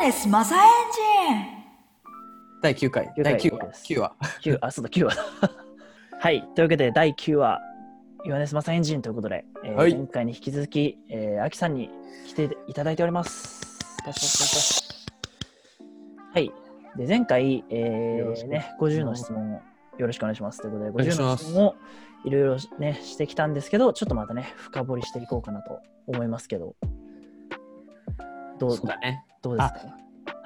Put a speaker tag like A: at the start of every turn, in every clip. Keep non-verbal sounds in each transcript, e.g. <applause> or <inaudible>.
A: ですマサエンジン
B: 第9回、
C: 9
B: 第
C: 回
B: 9話
C: で、す
B: 9話。
C: 9あ、そうだ、9話だ。 <laughs> はい、というわけで第9話、イワネスマサエンジンということで、えー
B: はい
C: 今回に引き続き、えー、アキさんに来ていただいております。パシパシパシパシはい、で前回、え
B: よろし
C: ー
B: く
C: ね、50の質問をよろしくお願いしますということ
B: 願
C: で、
B: いし
C: 50
B: ま
C: の
B: す
C: 質問をいろいろね、してきたんですけど、ちょっとまたね、深掘りしていこうかなと思いますけど、どう
B: そうだね。
C: どうですか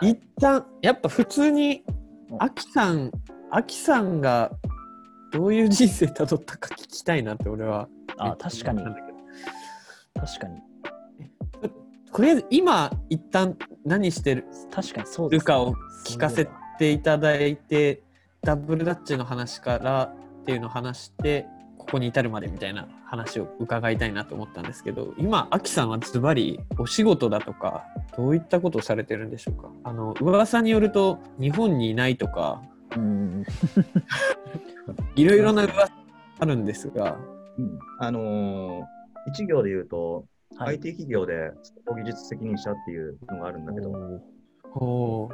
B: 一旦、やっぱ普通に
C: う、ん
B: アキさん、アキさんがどういう人生たどったか聞きたいなって俺は。
C: あ、確かに
B: めっ、ちゃ思ったんだ
C: 確かに、
B: けどとりあえず今、一旦何してる
C: 確かにそうで
B: る
C: すね、
B: かを聞かせていただいて、ダブルダッチの話からっていうのを話して、ここに至るまでみたいな話を伺いたいなと思ったんですけど、今、アキさんはズバリお仕事だとか、どういったことをされてるんでしょうかあの、噂によると、日本にいないとか、
C: うん
B: いろいろな噂あるんですが、
C: うん
D: あのー一行で言うと、
C: はい
D: IT 企業で総合技術責任者っていうのがあるんだけど、
B: おー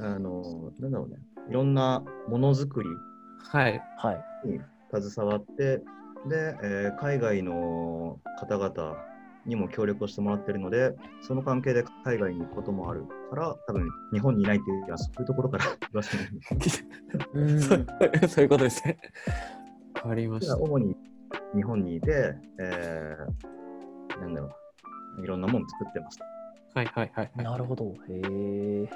D: あのーなんだろうね、いろんなものづくり
B: はい。
C: はい。
D: に携わって、で、えー海外の方々にも協力をしてもらってるので、その関係で海外に行くこともあるから、多分日本にいないっていうのは、そういうところから言わせてもらいます
C: うん
B: <laughs> そうそういうことですね。わかりました。
D: <laughs> 主に日本にいて、えーなんだろう、いろんなもの作ってます。
B: はいはいはい、はい。
C: なるほど。へえ。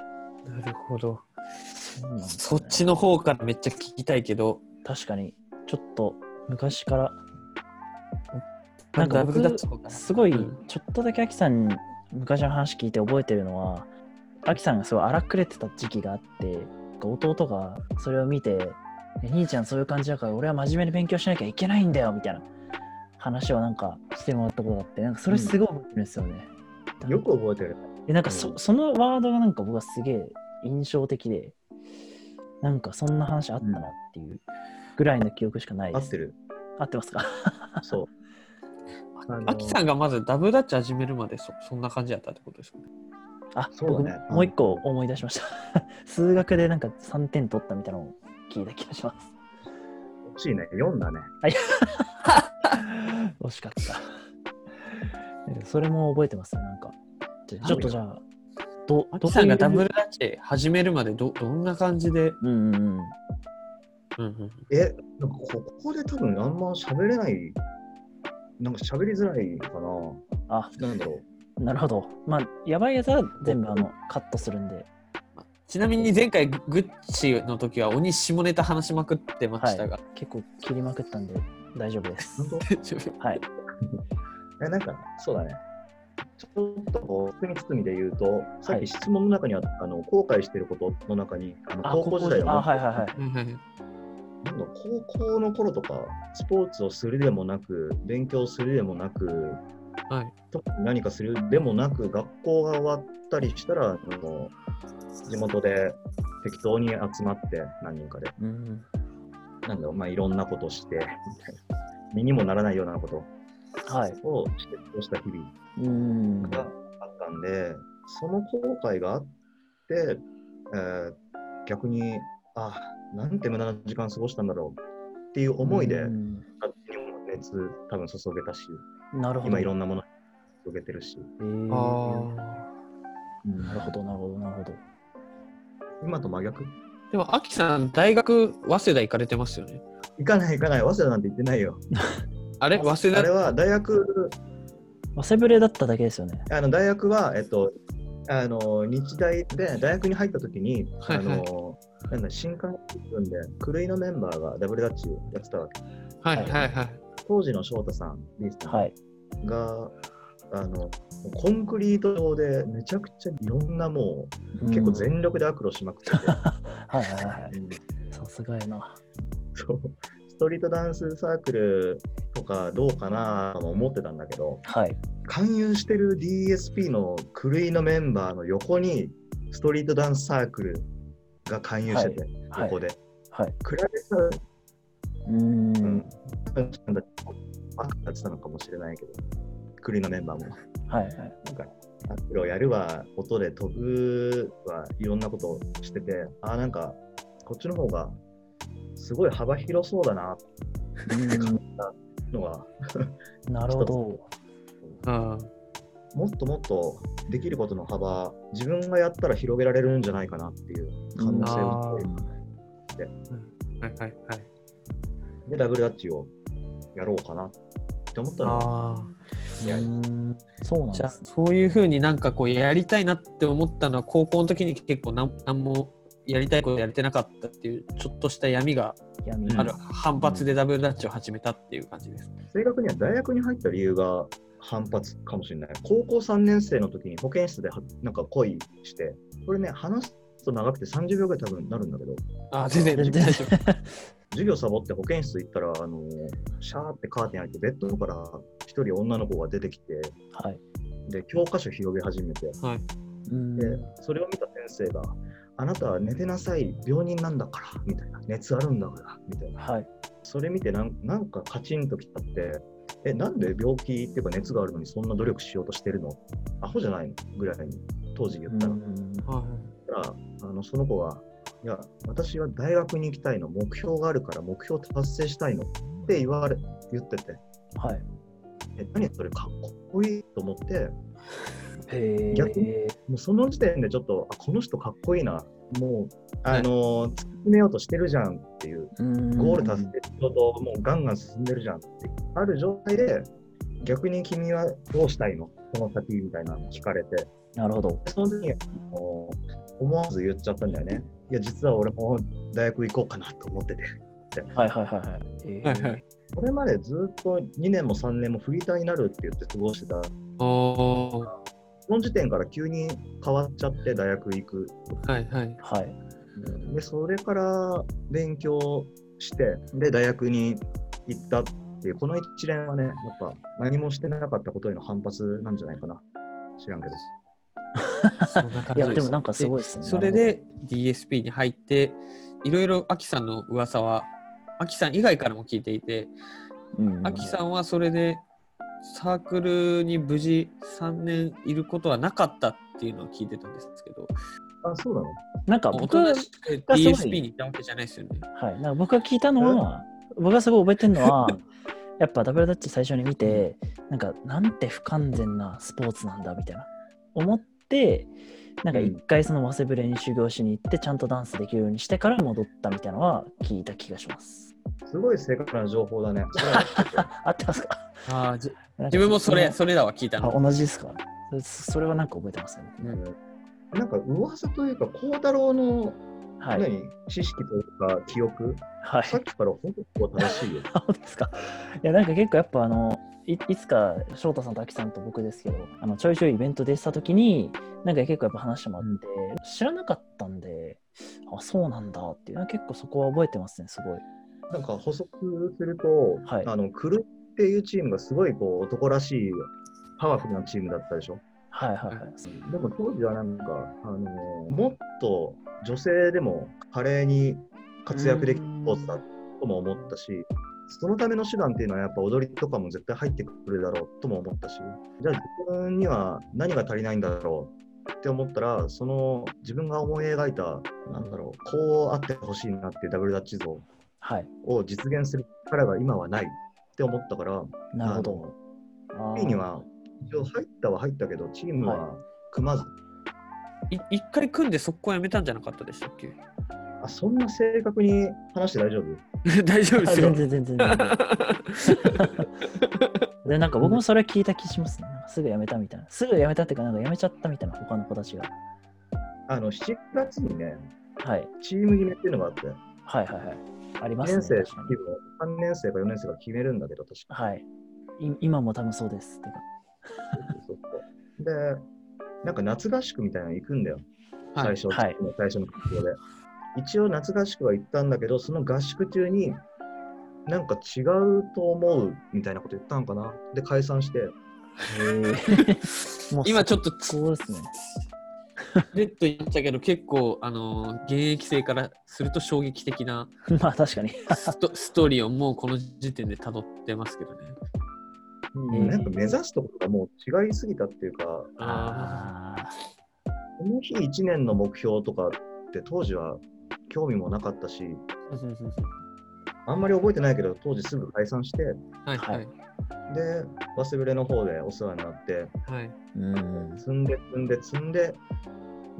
B: なるほど。
C: そうなんです
B: そ
C: ね
B: っちの方からめっちゃ聞きたいけど、
C: 確かに、ちょっと昔から。
B: な
C: なんん
B: か
C: か
B: 僕
C: 僕、すごい、ちょっとだけアキさんに昔の話聞いて覚えてるのは、アキさんがすごい荒くれてた時期があって、弟がそれを見て、え兄ちゃんそういう感じだから俺は真面目に勉強しなきゃいけないんだよみたいな話をなんかしてもらったことがあって、なんかそれすごい覚えてるんですよね。
D: よく覚えてる。
C: でなんか
D: う
C: そ
D: ん
C: そのワードがなんか僕はすげえ印象的でなんかそんな話あったなっていうぐらいの記憶しかない
D: 合
C: で
D: っ
C: す、<laughs>
D: てる。
C: 合ってますか
D: そう。あの
B: アキさんがまずダブルダッチ始めるまでそそんな感じだったってことですかね。
C: あ
D: そうだね
C: 僕もう一個思い出しました <laughs> 数学でなんか3点取ったみたいなのを聞いた気がします
D: <laughs> 欲しいね。4だね。
C: 惜しかったそれも覚えてますねなんかじゃあちょっとじゃあど
B: ア
C: ど
B: キ
C: う
B: さんが
C: いう
B: ダブルダッチ始めるまでどどんな感じで、
C: うんうんうん
B: うんうん、
D: え、なんかここで多分あんま喋れない、なんか喋りづらいか
C: あ
D: な。なんだろ
C: なるほどまあやばいやつは全部あのカットするんで
B: ちなみに前回ググッチの時は鬼下ネタ話しまくってましたが、
C: 結構切りまくったんで大丈夫です
D: う。本
C: はい
D: 当え、なんか、そうだね。ちょっとこう、包み包みで言うと、さっ
C: はい
D: き質問の中にあった、あの後悔してることの中に、あの
C: あ
D: 高校時代の、
C: あ、はいはいはい。
B: うんうん
D: なんだろう高校の頃とか、スポーツをするでもなく、勉強するでもなく、
B: はい
D: 特に何かするでもなく、学校が終わったりしたら、あの地元で適当に集まって、何人かで、
C: うん。
D: なんだろう、まあ、いろんなことして、 <laughs> みたいな身にもならないようなこと
C: はい。
D: をして過ごした日々
C: うん。
D: があったんで、その後悔があって、えー逆に、あなんて無駄な時間過ごしたんだろうっていう思いで、
C: うん
D: 勝手にも熱多分注げたし、
C: なるほど。
D: 今いろ
C: ん
D: んなもの注げてるし、
C: な。
B: あ
C: なるほど、なるほど、なるほど。
D: 今と真逆
B: ーでもアキさん大学早稲田行かれてますよね。
D: 行かない行かない、早稲田なんて行ってないよ。
B: あれ早稲
D: あれ
B: 田
D: は大学、
C: 忘れぶれだっただけですよね。
D: あの大学は、えっと、あの日大で大学に入った時に、
B: はいはい
D: あのなんだ新刊分で狂いのメンバーがダブルダッチやってたわけ
B: はいはいはい。
D: 当時の翔太さんリースさ
C: はい。
D: んが、あのコンクリート上でめちゃくちゃいろんなもう、結構全力でアクロしまくってて、
C: はいはいはいはい。
D: うん
C: さすがやな。
D: そうストリートダンスサークルとかどうかなとも思ってたんだけど、
C: はい。
D: 勧誘してる DSP の狂いのメンバーの横にストリートダンスサークルが勧誘してて、
C: はい
D: 横で。
C: はい。
D: クラゲさん、
C: うん。
D: うん、なんだ、バカやってたのかもしれないけど、クリのメンバーも。
C: はいはい。
D: なんかタックルをやるは音で飛ぶはいろんなことをしててあーなんかこっちの方がすごい幅広そうだなってのは
C: なるほど。
B: あ
D: もっともっとできることの幅自分がやったら広げられるんじゃないかなっていう可能
B: う
D: 性を
B: んあ、はいはいはい。
D: でダブルダッチをやろうかなって思ったら
B: ああ。
D: いや
C: うんそうなん
B: じ
C: で
B: ゃあ
C: すね。
B: そういうふうになんかこうやりたいなって思ったのは高校の時に結構なんなんもやりたいことやれてなかったっていうちょっとした闇が
C: 闇
B: ある、反発でダブルダッチを始めたっていう感じです。
D: 正確には大学に入った理由が反発かもしれない高校3年生の時に保健室ではなんか恋してこれね話すと長くて30秒ぐらい多分なるんだけど
B: あ全然
C: 全
B: 大
C: 然
B: 丈
C: <laughs>
B: 夫。
D: 授業サボって保健室行ったら、あのシャーってカーテン開いて、ベッドから一人女の子が出てきて、
C: はい。
D: で、教科書広げ始めて、
B: はい、
C: うん
D: で、それを見た先生が、あなたは寝てなさい、病人なんだから、みたいな、熱あるんだから、みたいな。
C: はい。
D: それ見てなん、なんかカチンときたって、え、なんで病気っていうか熱があるのにそんな努力しようとしてるのアホじゃないのぐらいに当時言ったら、
B: は
D: だからあのその子は、いや、私は大学に行きたいの、目標があるから目標達成したいのって言われ言ってて、
C: はい。
D: え何それかっこいいと思って、
C: へ
D: 逆
C: え。
D: もうその時点でちょっと、あこの人かっこいいな、もう、あのー突き詰めようとしてるじゃんっていう、ゴール達成しようと、もうガンガン進んでるじゃんって、ある状態で、逆に君はどうしたいのこの先みたいなの聞かれて、
C: なるほど。
D: その時にあの思わず言っちゃったんだよね。いや、実は俺も大学行こうかなと思ってて。
C: はいはいはいはい。え
B: い
C: ー
B: はいはい。
D: これまでずっと2年も3年もフリーターになるって言って過ごしてた。
B: おお
D: その時点から急に変わっちゃって大学行く。
B: ー。はいはい。
C: はい。
D: で、それから勉強して、で、大学に行ったっていう、この一連はね、やっぱ何もしてなかったことへの反発なんじゃないかな。知らんけど。
B: そんな感
C: い
B: じ
C: や、でもなんかすごいですね。
B: それで DSP に入っていろいろアキさんの噂はアキさん以外からも聞いていて
C: なるほど、
B: アキさんはそれでサークルに無事3年いることはなかったっていうのを聞いてたんですけど
D: あ、そうなの
C: なんか
B: お
C: 僕
B: と
C: は
B: なしく
C: がすごい
B: DSP に行ったわけじゃないですよね。
C: い、なんか僕が聞いたのは、僕がすごい覚えてるの
B: <laughs>
C: は、やっぱダブルダッチ最初に見て、なんか、なんて不完全なスポーツなんだみたいな、思って、なんか
D: うん
C: 一回その早稲部に修行しに行って、ちゃんとダンスできるようにしてから戻ったみたいなのは聞いた気がします。
D: すごい正確な情報だね。それは
C: <laughs> あ合ってますか
B: あーじ自分もそれそれだわ聞いた
C: <laughs> あ
B: の。
C: 同じですかそれそれはなんか覚えてますよね。
D: なんか噂というか、孝太郎の
C: はい。
D: 何知識というか記憶、
C: はい。
D: さっきから本当に正
C: <laughs>
D: しいよ。
C: あ <laughs> 本当ですか。いや、なんか結構やっぱあの、いいつか翔太さんと秋さんと僕ですけど、あのちょいちょいイベントでしたときに、なんか結構やっぱ話してもらって、知らなかったんで、あ、そうなんだっていう、なんか結構そこは覚えてますね、すごい。
D: なんか補足すると、
C: はい
D: あのクルっていうチームがすごいこう男らしいパワフルなチームだったでしょ。
C: はいはいはい。
D: でも当時はなんか、あのもっと女性でも華麗に活躍できるスポーツだとも思ったし、そのための手段っていうのはやっぱ踊りとかも絶対入ってくるだろうとも思ったし、じゃあ自分には何が足りないんだろうって思ったら、その自分が思い描いた、なんだろう、こうあってほしいなっていうダブルダッチ像
C: はい。
D: を実現する力が今はないって思ったから、
C: なるほど。あー
D: P には一応入ったは入ったけど、チームは組まず、
B: い一回組んで速攻やめたんじゃなかったでしたっけ <laughs>
D: あそんな正確に話して大丈夫
B: 大丈夫で
C: あ
B: すよ
C: 全。然全然 <laughs> 全然。で、なんか僕もそれ聞いた気しますね。なんかすぐ辞めたみたいな。すぐ辞めたっていうか、なんか辞めちゃったみたいな、他の子たちが。
D: あの7月にね、
C: はい。
D: チーム決めっていうのがあって、
C: はいはいはい。あり
D: 2
C: ますね。
D: 年生の
C: 確かに
D: チームを3年生か4年生が決めるんだけど、確か
C: はい。い今も多分そうです。てか
D: そうそうで、なんか夏合宿みたいなの行くんだよ、
B: はい
D: 最初、
C: はい
D: 最初の学校で。一応夏合宿は行ったんだけど、その合宿中に、なんか違うと思うみたいなこと言ったのかな。で、解散して、
B: <laughs>
C: もう
B: 今ちょっとつ
C: そうですね。 <laughs>
B: レッド言ったけど結構あのー現役生からすると衝撃的な
C: まあ確かに。
B: <laughs> ストストーリーをもうこの時点で辿ってますけどね。
C: うん
D: なんか目指すところがもう違いすぎたっていうか、こ
B: あ
C: あ
D: の日1年の目標とかって当時は興味もなかったし、
B: ーうんうんうん
D: あんまり覚えてないけど、当時すぐ解散して、
B: はいはい
D: で、忘れの方でお世話になって、
B: はい。
C: ーうん
D: 積んで積んで積んで、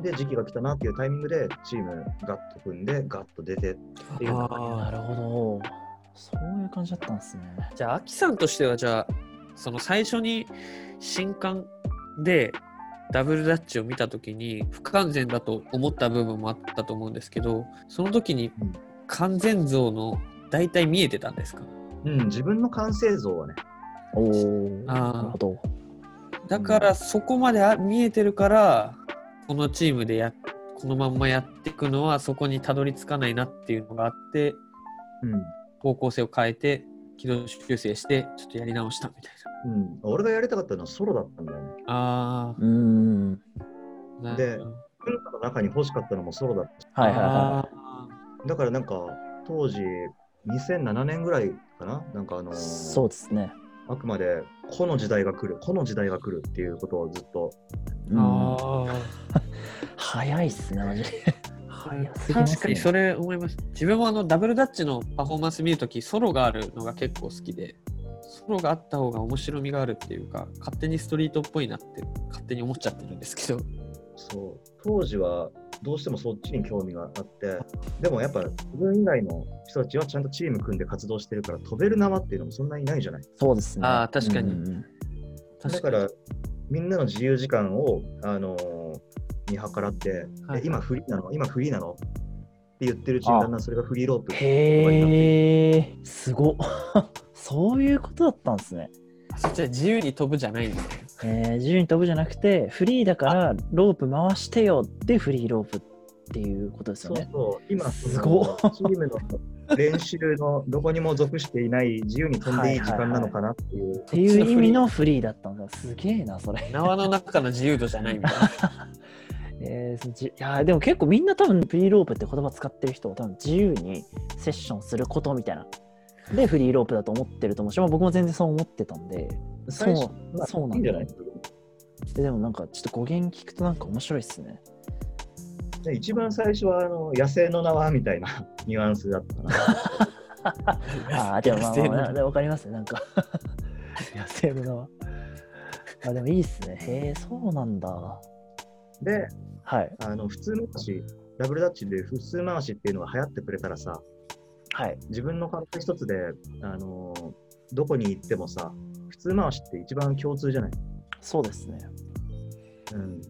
D: で、時期が来たなっていうタイミングで、チームガッと組んで、ガッと出て、っていうの
B: あ
C: なるほどそういう感じだったんですね
B: ーじゃあ、アキさんとしては、じゃあ、その最初に新刊でダブルダッチを見たときに、不完全だと思った部分もあったと思うんですけど、その時に
D: うん
B: 完全像の大体見えてたんですか
D: うん、自分の完成像はね、
C: おお
B: あー
C: なるほど
B: だからそこまであ見えてるからこのチームでやこのまんまやっていくのはそこにたどり着かないなっていうのがあって
D: うん、
B: 方向性を変えて軌道修正してちょっとやり直したみたい
D: うん、俺がやりたかったのはソロだったんだよね。
B: な。あ
C: うーん
B: あな
D: で
B: るほど
D: 文化の中に欲しかったのもソロだったし
C: はいはいは
B: あ
D: だからなんか当時2007年ぐらいかななんかあの
C: い
D: ー
C: そうですね
D: あくまでこの時代が来るこの時代が来るっていうことをずっと
B: ー
C: うん
B: あ
C: 早いっすねマジで
B: ー
C: 早すぎますね
B: 確かにそれ思います自分もあのダブルダッチのパフォーマンス見るときソロがあるのが結構好きでソロがあった方が面白みがあるっていうか勝手にストリートっぽいなって勝手に思っちゃってるんですけど
D: そう当時はどうしてもそっちに興味があってでもやっぱ自分以外の人たちはちゃんとチーム組んで活動してるから飛べる生っていうのもそんなにないじゃない
C: そうですね
B: あー確かに
C: うんうん
D: だからみんなの自由時間を、あのー見計らって、
B: はい
D: え今フリーなの今フリーなのって言ってるうちにだんだんそれがフリーロープ
C: へえすごっ <laughs> そういうことだったんですね
B: そっちは自由に飛ぶじゃないんですね。
C: えー自由に飛ぶじゃなくてフリーだからロープ回してよでフリーロープっていうことです
D: そ
C: よ
D: う
C: ね
D: そう、今、
C: す
D: そ
C: ご
D: のチームの練習のどこにも属していない自由に飛んでいい時間なのかなっていう
C: っ、ていう意味のフリーだったんだすげえなそれ、
B: 縄の中の自由度じゃないみたいな。
C: えーそじいやーでも結構みんな多分フリーロープって言葉使ってる人は多分自由にセッションすることみたいなでフリーロープだと思ってると思うし、まあ、僕も全然そう思ってたんで
D: 最初
C: そう
D: まあ
C: そうなんだ
D: いいんじゃない
C: ででもなんかちょっと語源聞くとなんか面白いっすね <laughs>
D: で一番最初はあの野生の縄みたいな <laughs> ニュアンスだったかな。
C: ああ、でもまあ
B: 野生
C: ま
B: の
C: あ、まあ、でわかりますね、なんか。 <laughs> 野生の縄。 <laughs> あ、でもいいっすね。へえ、そうなんだ。は
D: で、
C: い。
D: あの普通回し、ダブルダッチで普通回しっていうのが流行ってくれたらさ、
C: はい。
D: 自分の体一つで、あのーどこに行ってもさ、普通回しって一番共通じゃない。
C: そうですね。
D: うん、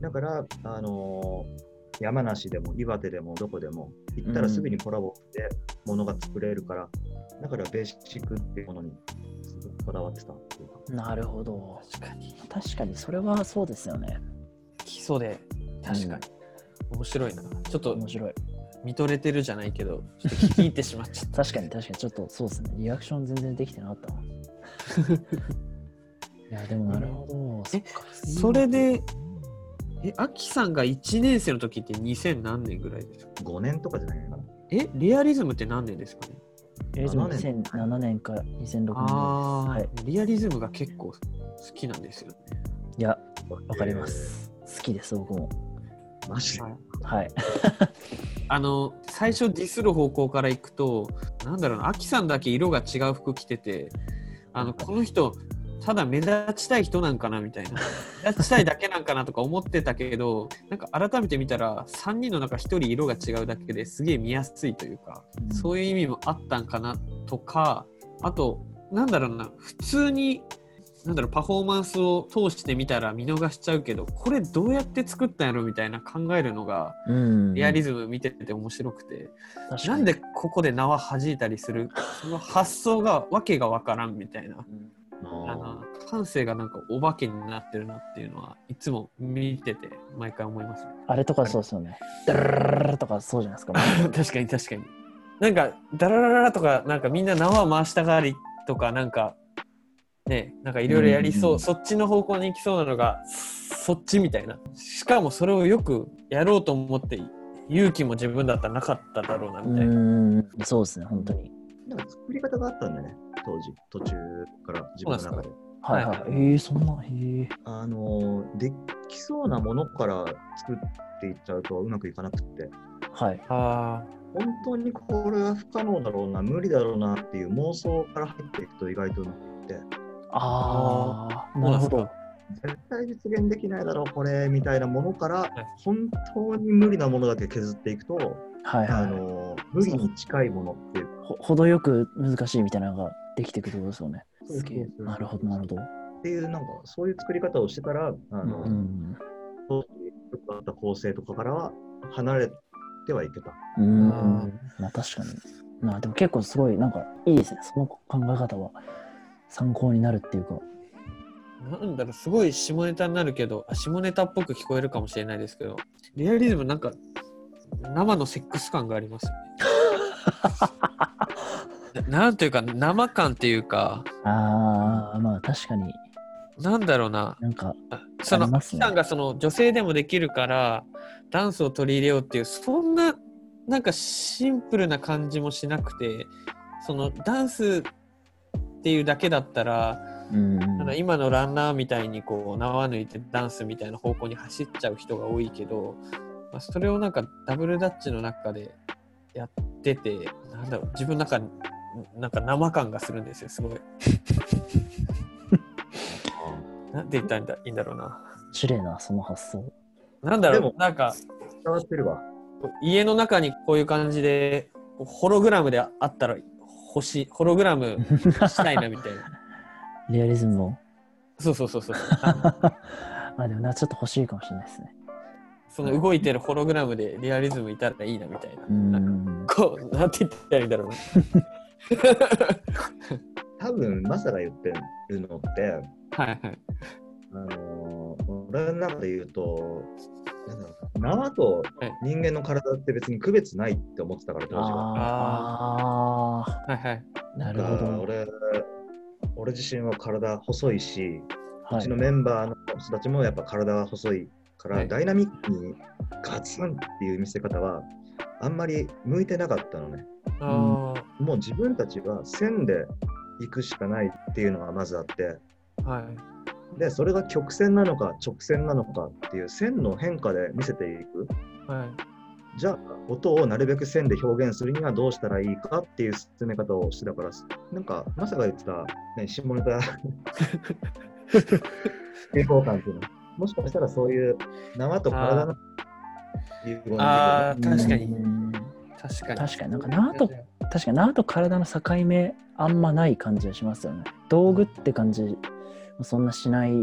D: だから、あのー山梨でも岩手でもどこでも行ったらすぐにコラボでものが作れるから、だからベーシックっていうものにすごくこだわってたっていうか
C: なるほど。
B: 確かに。
C: 確かに、それはそうですよね。
B: 基礎で、確かに。面白いな。ちょっと
C: 面白い。
B: 見とれてるじゃないけど、ちょっと聞いてしまっちゃった。
C: 確かに、確かに、ちょっとそうですね。リアクション全然できてなかったな。いや、でもなるほど。そっか
B: それで、え、アキさんが1年生の時って2000何年ぐらいですか
D: 5年とかじゃないかな。
B: え、リアリズムって何年ですかね
C: えーでも
D: 7年
C: 2007年か2006年です。
B: ああ、
C: はい。
B: リアリズムが結構好きなんですよね。
C: いや、わかります。好きです、僕も。
D: えー。マジで。
C: はい。
B: あの最初ディスる方向からいくとなんだろうなアキさんだけ色が違う服着ててあのこの人ただ目立ちたい人なんかなみたいな目立ちたいだけなんかなとか思ってたけどなんか改めて見たら3人の中1人色が違うだけですげえ見やすいというかそういう意味もあったんかなとかあとなんだろうな普通になんだろうパフォーマンスを通してみたら見逃しちゃうけどこれどうやって作ったんやろみたいな考えるのが
C: うん
B: リアリズム見てて面白くて、
C: 確か
B: な
C: に
B: んでここで縄弾いたりするその発想がわけがわからんみたいなあ
D: あ
B: の感性がなんかお化けになってるなっていうのはいつも見てて毎回思いますね
C: あれとかそうですよね。ダララララとかそうじゃないですか。
B: <laughs> 確かに確かになんかダララララとかなんかみんな縄回したがりとかなんかねなんかいろいろやりそう、
C: うんうんうん
B: そっちの方向に行きそうなのがそっちみたいなしかもそれをよくやろうと思って勇気も自分だったらなかっただろうなみ
C: う
B: たいな。
C: ん、そうですね、本当に。
D: なんか作り方があったんだよね、当時、途中から自分の中で。
C: はいはい。ええそんな、へえ。
D: あのーできそうなものから作っていっちゃうとうまくいかなくって
C: はい。
B: あ
D: 本当にこれは不可能だろうな無理だろうなっていう妄想から入っていくと意外とうまくいって
C: ああ、
B: ー
C: なるほ
B: そう
C: ど。
D: 絶対実現できないだろうこれみたいなものから
B: い
D: 本当に無理なものだけ削っていくと、
C: はい
D: あ
C: はい。
D: のー無理に近いものっていう
C: ほ程よく難しいみたいなのができていくってことですよね。
D: そうそうそう
C: なるほど、なるほど。
D: っていうなんかそういう作り方をしてたらあの、
C: うん。
D: 当時良かった構成とかからは離れてはいけた。
C: うん。
B: あ
C: まあ確かに。まあでも結構すごい、なんかいいですね。その考え方は参考になるっていうか。
B: ーなんだろうすごい下ネタになるけどあ下ネタっぽく聞こえるかもしれないですけどリアリズムなんか生のセックス感がありますよ
C: <laughs>
B: ねななんというか生感っていうか
C: ああ、まあ確かに
B: なんだろうな
C: なんか、
B: その
C: あり
B: ア
C: ます
B: キ
C: ね
B: さんがその女性でもできるからダンスを取り入れようっていうそんななんかシンプルな感じもしなくてそのダンスっていうだけだったら、
C: うん。
B: なんか今のランナーみたいにこう縄抜いてダンスみたいな方向に走っちゃう人が多いけど、まあ、それをなんかダブルダッチの中でやっててなんだろう自分の中になんか生感がするんですよすごい。なんて言ったらいいんだいいんだろうな。
C: 綺麗な、その発想。
B: なんだ
D: で
B: ろ
D: も
B: うなんか
D: 伝わってるわ。
B: 家の中にこういう感じでホログラムであったら欲しいホログラムしたいなみたいな
C: リアリズムを。 <laughs>
B: そうそうそうそう
C: あ、でもな、ちょっと欲しいかもしれないですね。
B: その動いてるホログラムでリアリズムいたらいいなみたいな
C: うん。
B: こうなんて言ったらいいんだろうな
D: 多分マサが言ってるのって、
B: はいはい
D: あのー俺の中で言うと、なんだろうな縄と人間の体って別に区別ないって思ってたから、当時は。
C: ああ
B: はいはい
C: ー、なるほ
D: だから
C: ど。
D: 俺俺自身は体細いし、う
C: はい
D: ちの。メンバーの人たちもやっぱ体が細いから、
B: はい
D: ダイナミックにガツンっていう見せ方はあんまり向いてなかったのね。
B: あー、
D: もう自分たちは線で行くしかないっていうのがまずあって
B: はい
D: でそれが曲線なのか直線なのかっていう線の変化で見せていく
B: はい
D: じゃあ音をなるべく線で表現するにはどうしたらいいかっていう進め方をしてたからなんかまさか言ってた、ね、下ネタ抵抗感っていうのもしかしたらそういう縄と体の融合の
B: あー確かに
C: うん
B: 確かに
C: 確かになんか縄と確かに縄と体の境目あんまない感じがしますよね。道具って感じそんなしないなっ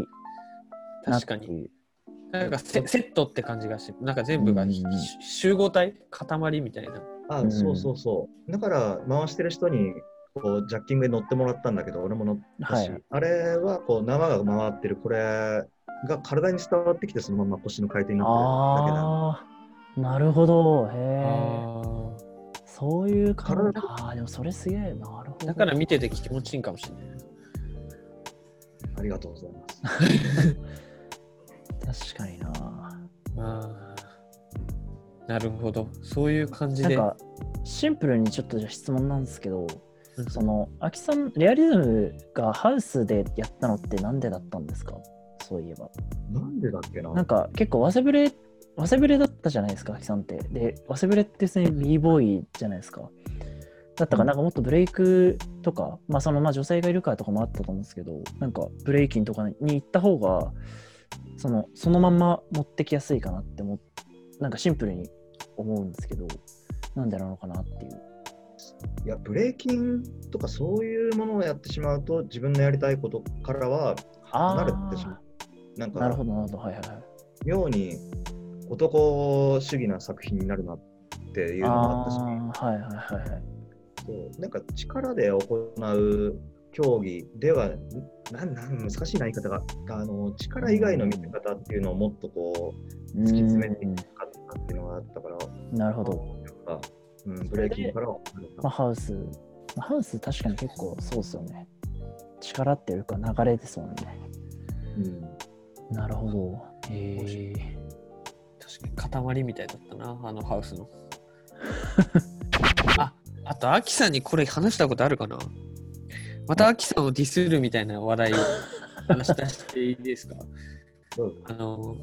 B: 確
C: て
B: か
C: い
B: に
C: う。
B: なんかセセットって感じがしてなんか全部がひ
C: うん
B: 集合体塊みたいな
D: あ、
C: うん
D: そうそうそう。だから回してる人にこうジャッキングで乗ってもらったんだけど、俺も乗ったし、
C: はい
D: あれはこう縄が回ってる、これが体に伝わってきて、そのまま腰の回転になってるだけな
C: ああ、なるほど。へえ。
B: あー
C: そういう感じ。
D: 体
C: ああ、でもそれすげえ。なるほど。
B: だから見てて気持ちいいんかもしれない
D: ありがとうございま
C: <laughs>
D: す。
C: 確かにな。
B: あーなるほどそういう感じ
C: なん
B: で
C: かシンプルにちょっとじゃあ質問なんですけど、
B: うん
C: そのアキさんレアリズムがハウスでやったのってなんでだったんですか？そういえば。
D: なんでだっけな
C: なんか結構早稲早稲ぶれだったじゃないですか、秋さんって。で、早稲ぶれって別に b ボーイじゃないですか。だったからなんかもっとブレイクとか、まあそのまあ女性がいるからとかもあったと思うんですけど、なんかブレイキンとかに行った方が、そのそのまんま持ってきやすいかなって思っなんかシンプルに思うんですけど、なんでなのかなっていう。
D: いや、ブレイキンとかそういうものをやってしまうと、自分のやりたいことからは離れてしま
C: あ
D: う。なん
C: あ、なる
D: か
C: ほど、なるほど、はいはいはい。
D: 妙に男主義な作品になるなっていうのもあったし。
C: ああ、はいはいはいはい。
D: そうなんか力で行う競技ではなんなん難しいな言い方があの力以外の見せ方っていうのをもっとこう
C: 突
D: き詰めて使ってたっていうのがあったから、
C: なるほど。
D: やっぱうん、ブレイキンからは離れた
C: まあ、ハウス、まあハウス確かに結構そうですよね。力っていうか流れですもんね。
D: うん、
C: なるほど。ええ
B: 確かに塊みたいだったなあのハウスのああとアキさんにこれ話したことあるかなまたアキさんをディスるみたいな話題話出していいですか
D: どうぞ
B: あの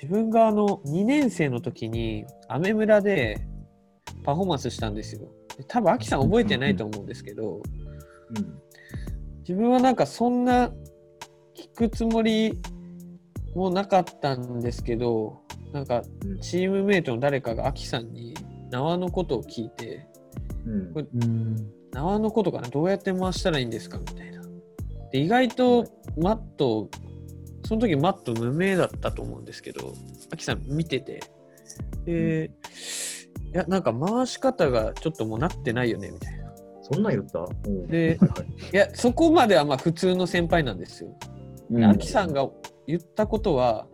B: 自分があの2年生の時にアメ村でパフォーマンスしたんですよ。で多分アキさん覚えてないと思うんですけど、
D: うん
B: 自分はなんかそんな聞くつもりもなかったんですけどなんか
D: うん
B: チームメイトの誰かがアキさんに縄のことを聞いて
D: うん
B: これ
C: うん。
B: 縄のことかなどうやって回したらいいんですかみたいなで意外とマットその時マット無名だったと思うんですけどアキさん見ててで、いやなんか回し方がちょっともうなってないよねみたいな
D: そんなん言ったうん
B: で
D: はいはい
B: いやそこまではまあ普通の先輩なんですよ
C: うん
B: アキさんが言ったことは、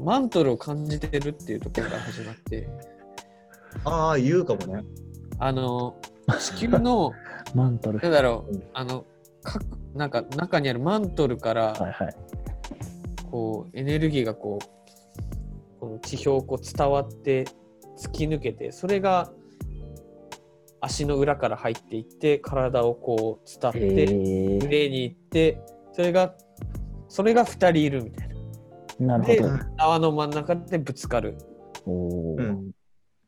B: マントルを感じてるっていうところから始まって、
D: ああ、言うかもね。
B: あの、地球
C: <laughs>
B: の、
C: マントル。
B: な
C: は
B: んだろ
D: う、
B: うんあの、かなんか中にあるマントルか
C: い
B: ら、
C: はい。
B: こう、エネルギーがこう、この地表をこう伝わって、突き抜けて、それが、足の裏から入っていって、体をこう伝って、
C: えー、
B: 腕に行って、それが、それが2人いるみたいな。
C: なる
B: で
C: ほ、
B: 縄の真ん中でぶつかる。
C: ど。おお、
D: うん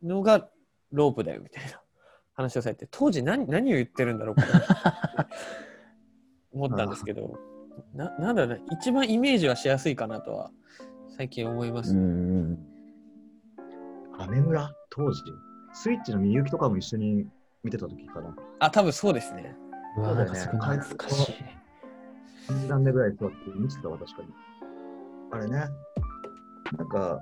B: のがロープだよみたいな話をされて当時何何を言ってるんだろうかなって思ったんですけどななんだろうね一番イメージはしやすいかなとは最近思いま
C: う
B: す、
C: ん。
D: アメ村当時。スイッチのみゆきとかも一緒に見てた時かな。
B: あ多分そうですね
C: うわ、
D: そう
C: な
D: だ
C: ん
D: よ
C: か
D: ね
C: すごい懐かしい。
D: 1段目ぐらい座って見てたわ、確かに。あれね。なんか、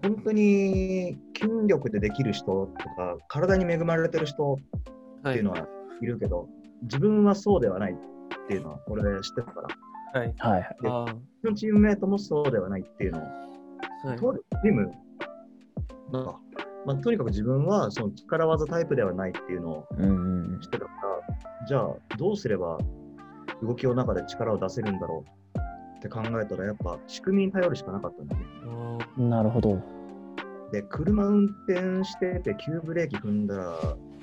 D: 本当に筋力でできる人とか、体に恵まれてる人っ
B: は
D: ていう
B: い
D: のはいるけど、自分はそうではないっていうのは、俺知ってたから。
B: はい
C: はいはい。
B: あ
D: うちのチームメイトもそうではないっていうのを
B: ーはい
D: とチームなんか、まあ、とにかく自分はその力技タイプではないっていうのを
C: うんうん
D: 知ってたから、じゃあどうすれば動きの中で力を出せるんだろうって考えたら、やっぱ仕組みに頼るしかなかったんだよね。
B: あー
C: うん。なるほど。
D: で、車運転してて、急ブレーキ踏んだら、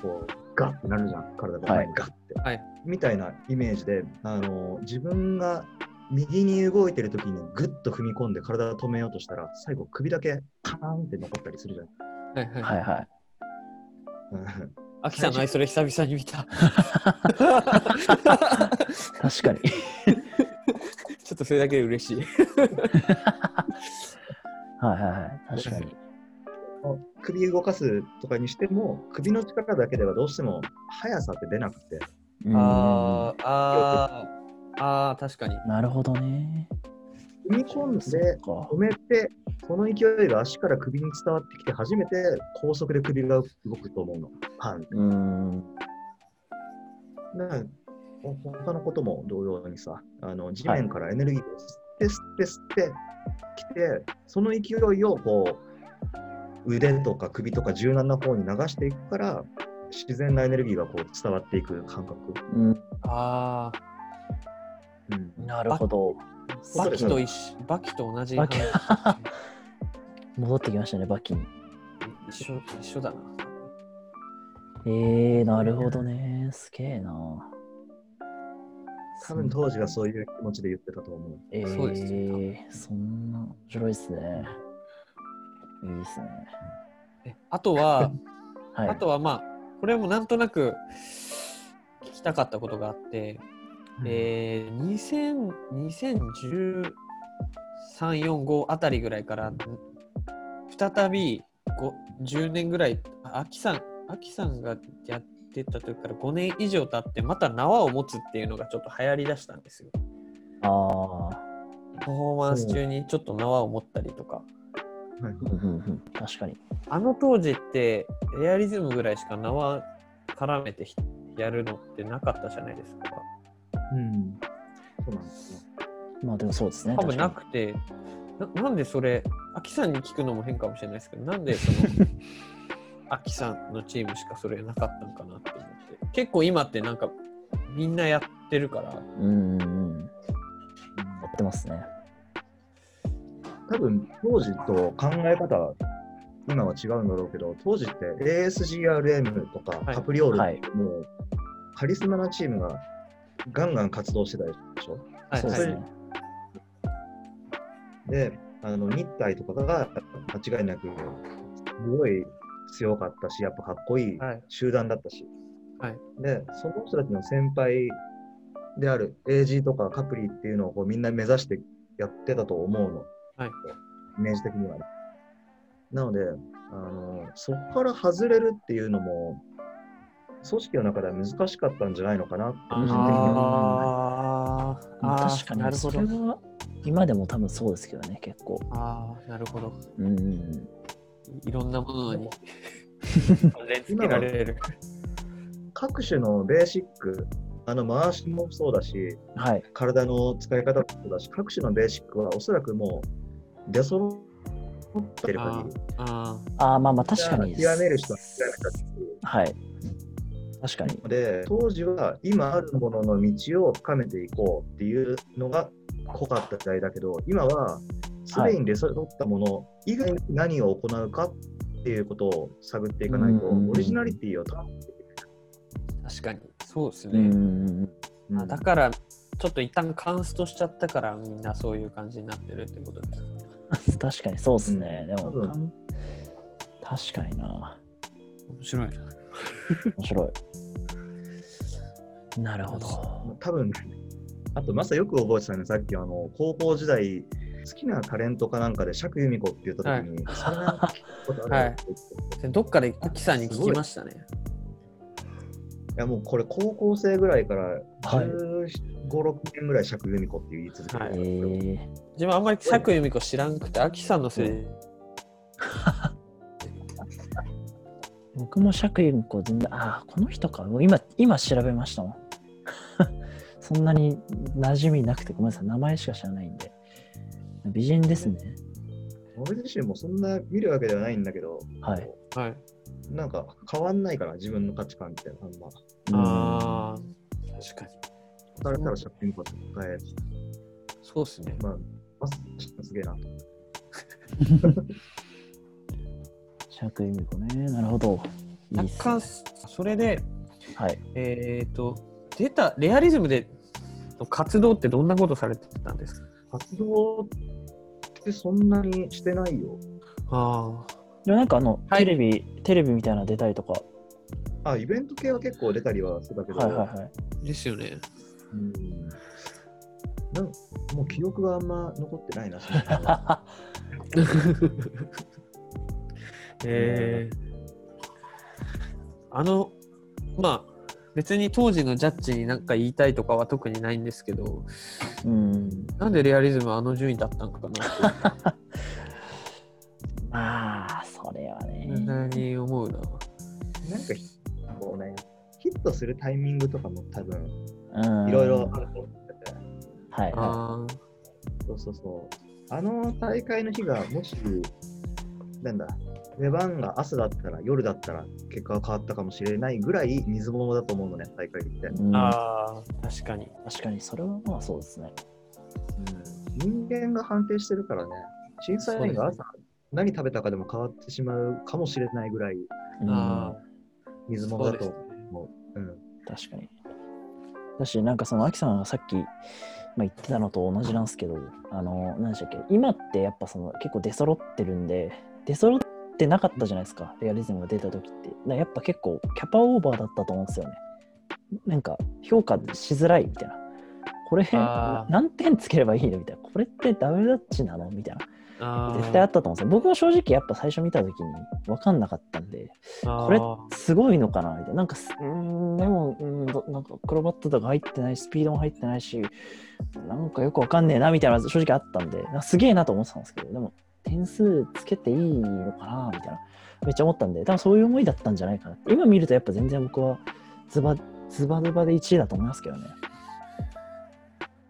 D: こう、ガッてなるじゃん、体が前にガッて。
B: はい
D: みたいなイメージで、あの自分が右に動いてる時にグッと踏み込んで体を止めようとしたら、最後首だけカーンって残ったりするじゃん。
B: はいはい、
C: はいはい。
B: アキさんの愛それ久々に見た
C: 確かに。
B: ちょっとそれだけで嬉しい
C: はいはいはい。確かに。
D: 首動かすとかにしても首の力だけではどうしても速さって出なくて
C: うん
B: あーあーあー確かに
C: なるほどね。
D: 踏み込ん
C: そ
D: で
C: っか
D: 止めてその勢いが足から首に伝わってきて初めて高速で首が動くと思うのパンって
C: うん。
D: だからほ他のことも同様にさあの地面からエネルギーを吸って吸って吸ってきてその勢いをこう腕とか首とか柔軟な方に流していくから自然なエネルギーがこう伝わっていく感覚、
C: うん
B: ああ
D: うん
C: なるほど。
B: バキと一緒バキと同じ話
C: バキ戻ってきましたね、バキに。
B: 一緒一緒だな
C: えー、なるほどね。すげえな。
D: 多分当時がそういう気持ちで言ってたと思う。
C: えー、
B: そうですね
C: そんな面白いですね。いいですね。
B: えあとは
C: はい。
B: あとはまあこれもなんとなく聞きたかったことがあって、えー、2000 201345あたりぐらいからん再びご10年ぐらいあアキさんアキさんがやってた時から5年以上経ってまた縄を持つっていうのがちょっと流行りだしたんですよ。
C: ああ
B: パフォーマンス中にちょっと縄を持ったりとか。
C: ー、うんうんうん確かに。
B: あの当時ってエアリズムぐらいしか縄絡めてひやるのってなかったじゃないですか。
D: うん。そうなんですよ。
C: まあでもそうですね。
B: 多分な
C: 確か
B: くて、ななんでそれ、アキさんに聞くのも変かもしれないですけど、なんでそ
C: <laughs>
B: の、アキさんのチームしかそれなかったのかなって思って。結構今ってなんかみんなやってるから、
C: にうんうんうん。やってますね。
D: 多分当時と考え方は今は違うんだろうけど、当時って ASGRM とか
B: はい
D: カプリオール、
C: はい
D: もうカリスマなチームがガンガン活動してたでしょ。
B: はい
C: そうですね。
D: で、あの日体とかが間違いなく、すごい強かったし、やっぱかっこいい
B: はい
D: 集団だったし、
B: はい
D: で、その人たちの先輩である AG とかカプリっていうのをこうみんな目指してやってたと思うの、
B: はい
D: イメージ的にはね。なので、あのそこから外れるっていうのも、組織の中では難しかったんじゃないのかなって、個人的には
B: あー
C: ま
B: あ
C: あ
B: ー
C: 確か
B: な
C: に、
B: る
C: そ
B: ほ
C: れ
B: ど。
C: は今でも多分そうですけどね、結構。
B: ああ、なるほど。
C: うんうんうん。
B: いろんなもの
C: <laughs>
B: に関連
D: 付けら
B: れる。
D: 各種のベーシック、あの回しもそうだし、
C: はい。
D: 体の使い方もそうだし、各種のベーシックはおそらくもう出揃ってる限り、
B: あ
C: ああ、まあまあ確かに。
D: 極める人は極めたっていう
C: はい。確かに。
D: ので、当時は今あるものの道を深めていこうっていうのが濃かった時代だけど、今はすでに出揃ったもの以外に何を行うかっていうことを探っていかないと、
C: うん
D: オリジナリティを保っていけ
B: ー確かに。そうです
C: うんう
B: ね。
C: んうん。
D: な
B: あ
D: い
B: だから、ちょっと一旦カンストしちゃったから、みんなそういう感じになってるってことですね。
C: <laughs> 確かにそうですね。
D: うん
C: で
D: 多
C: も、
D: 分
C: かん確かにな。
B: 面白い。
C: 面白い。なるほど。
D: 多分あと、まさよく覚えてたね、さっきあの高校時代、好きなタレントかなんかで釈由美子って言った時に、それなんか聞いたことあるって言ってて、い、
B: どっかでアキさんに聞きましたね。
D: やもうこれ、高校生ぐらいから
C: はい
D: 15、6年ぐらい釈由美子って言い続けて、
B: は
C: え
B: い
C: ー、
B: 自分あんまり佐久由美子知らんくて、アキさんのせいで。
C: 僕も釈由美子全然、ああ、この人か。もう今、今調べましたもん。 <laughs> そんなに馴染みなくて、ごめんなさい。名前しか知らないんで。美人ですね。
D: 俺自身もそんな見るわけではないんだけど、
C: はい。
B: はい。
D: なんか変わんないかな、自分の価値観って、あんま。
B: ああ、確かに。
D: 働いたら釈由美子って答え、
B: そうですね。
D: まあ、まさにすげえなと。
C: 釈由美子ね。なるほど。いいっす
B: 若干、
C: ね。
B: それで、
C: はい。
B: えっ、と、出た、レアリズムでの活動ってどんなことされてたんですか
D: 活動ってそんなにしてないよ。
B: あ
C: でもなんかあの、
B: はい
C: テレビ、テレビみたいなの出たりとか。
D: あ、イベント系は結構出たりはしてたけど、
C: はいはいはい。
B: あ、ですよね。
D: うんなんもう記憶があんま残っ
C: <laughs>
D: てないな、その辺は
B: えー、あの、まあ、別に当時のジャッジに何か言いたいとかは特にないんですけど、
C: うん。
B: なんでレアリズムはあの順位だったのかなって
C: まあ、それはね。
B: 無駄に思うな。
D: なんかひこう、ね、ヒットするタイミングとかも多分
C: うん
D: いろいろあると思ってて、
C: はいは
B: あ
D: そうそうそう。あの大会の日が、もし、なんだ、出番が朝だったら、夜だったら、結果が変わったかもしれないぐらい水物だと思うのね、大会って。
C: い。うん
B: ーあー、確かに。
C: 確かに、それはまあそうですね。
D: 人間が判定してるからね、審査員
B: そ
D: が
B: うです
D: 朝何食べたかでも変わってしまうかもしれないぐらい
C: うん
B: あ
D: 水物
B: そう
D: だ
B: です
D: と
B: ね。
D: うん
C: 確かに。だし、なんかその、アキさんがさっき、まあ、言ってたのと同じなんですけど、あの、何でしたっけ、今ってやっぱその、結構出揃ってるんで、出揃ってなかったじゃないですか、レアリズムが出た時って。だからやっぱ結構、キャパオーバーだったと思うんですよね。なんか、評価しづらいみたいな。これ、
B: あー
C: 何点つければいいのみたいな。これってダブルダッチなのみたいな。
B: あー
C: 絶対あったと思うんですよ。僕も正直やっぱ最初見た時に分かんなかったんで、これ
B: あ
C: すごいのかなみたいな。なんかす、うーん、でも、うんどなんか、クロバットとか入ってないし、スピードも入ってないし、なんかよくわかんねえな、みたいなのは正直あったんで、なんかすげえなと思ってたんですけど、でも、点数つけていいのかなみたいな。めっちゃ思ったんで、多分そういう思いだったんじゃないかな。今見ると、やっぱ全然僕は、ズバ、ズバズバで1位だと思いますけどね。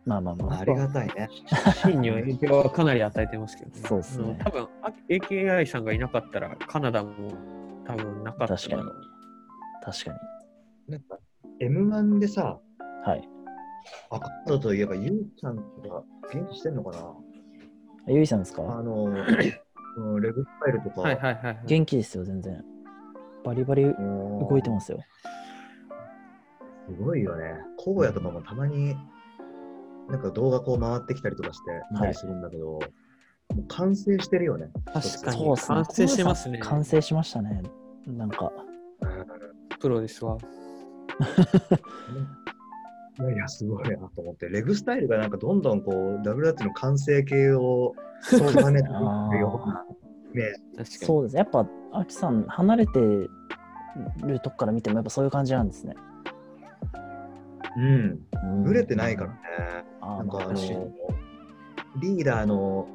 C: まあまあまあ。
D: ありがたいね。
B: ーシーンには影響はかなり与えてますけどね。
C: そうですね
B: ん多分、あ AKI さんがいなかったら、カナダも多分なかった
C: 確かに。確かに。
D: なんか M1 でさ、
C: はい。
D: アカウントといえば、ゆうちゃんとか元気してんのか
C: あゆいさんですか、
D: な
B: <laughs>
D: あの、うんレグスタイルとか、
B: はいはいはい、はい。
C: 元気ですよ、全然。バリバリ動いて
D: も
C: ますよ。
D: すごいよね。荒野とかもたまになんか動画こう回ってきたりとかして見たりするんだけど、もう完成してるよね。
B: 確か
C: そう
B: に
C: っすね。
B: 完成してますね。
C: 完成しましたね。なんか、
B: プロですわ。
D: いやいや、すごいなと思って、レグスタイルがなんかどんどんこう、WT の完成形を重ねていくようなイメージ。
B: 確かに。
C: そうです。やっぱ、アキさん、離れてるとこから見ても、やっぱそういう感じなんですね。
D: うん。
C: うん
D: ぶれてないから。ね。
C: あ
D: な
C: あ、
D: んかあ
C: まあ
D: の
C: 確かに、
D: リーダーの、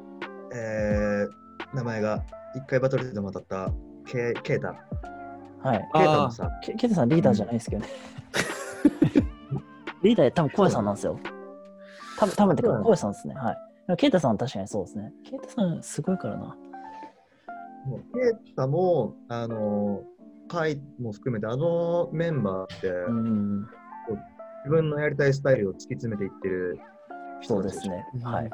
D: えー、名前が一回バトルでも当たったケケータ。
C: はい。
D: ケータ
B: あ
D: も
B: あ
D: さ、
C: ケケイタさん、リーダーじゃないですけ
D: <laughs>
C: どね。リーダー、多分コエさんなんですよ。多分、多分って
D: そうな
C: か、
D: の
C: コエさんですね。はい。でもケイタさん、確かにそうですね。ケイタさん、すごいからな。
D: もうケータも、あの、カイも含めて、あのメンバーって、
C: うん。
D: 自分のやりたいスタイルを突き詰めていってる
C: そ
D: 人
C: う
D: た
C: で
D: ち
C: すね。
B: うん
C: はい。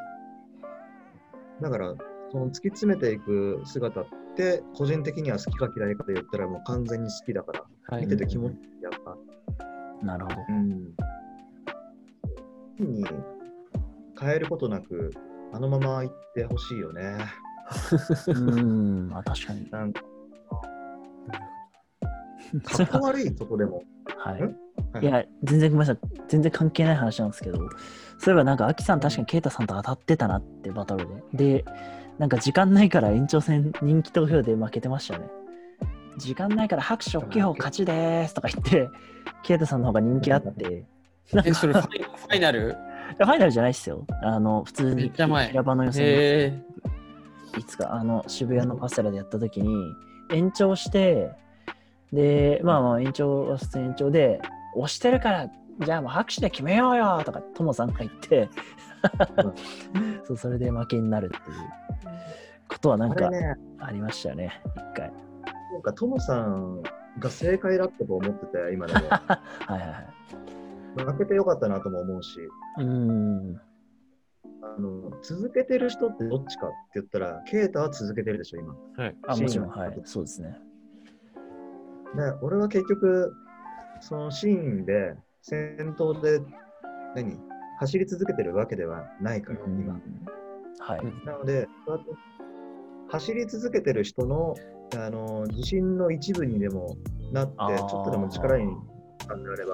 D: だから、その突き詰めていく姿って、個人的には好きか嫌いかで言ったら、もう完全に好きだから、
B: はい
D: 見てて気持ちいいやっぱ。
C: なるほど。
D: うん。一気に変えることなく、あのまま行ってほしいよね。
C: うん、まあ確かに。
D: なんか、
C: それ
D: かっこ
C: は、
D: 悪いとこでも。
C: はい。
D: はい
C: や、全然ごめんなさい。全然関係ない話なんですけど、そういえばなんか、アキさん確かにケイタさんと当たってたなってバトルで。で、なんか時間ないから延長戦人気投票で負けてましたよね。時間ないから拍手大きい方勝ちでーすとか言って、ケイタさんの方が人気あって、
B: え、それファイファイナル
C: いやファイナルじゃないっすよ。あの、普通
B: め
C: に
B: っちゃ前
C: 平場の予選
B: へえ。
C: いつかあの渋谷のパセラでやった時に延長してでまあまあ延長は普通に延長で押してるからじゃあもう拍手で決めようよとかともさんが言って <laughs> そうそれで負けになるっていうこと <laughs> はなん
D: あ
C: か
D: れね、
C: ありましたよね一回
D: なんかともさんが正解だったと思ってて、今でも。
C: はいはいはい
D: 負けてよかったなとも思うし、
C: うーん
D: あの続けてる人ってどっちかって言ったら、ケイタは続けてるでしょ、今。
B: はい。
C: あもちろん
D: シーンが
C: はいそうですね
D: で俺は結局そのシーンで戦闘で何走り続けてるわけではないから、
C: うん
D: 今
C: はい、
B: うん
D: なのでそうやって走り続けてる人のあの自信の一部にでもなってち
C: あー
D: ょっとでも力に感じられば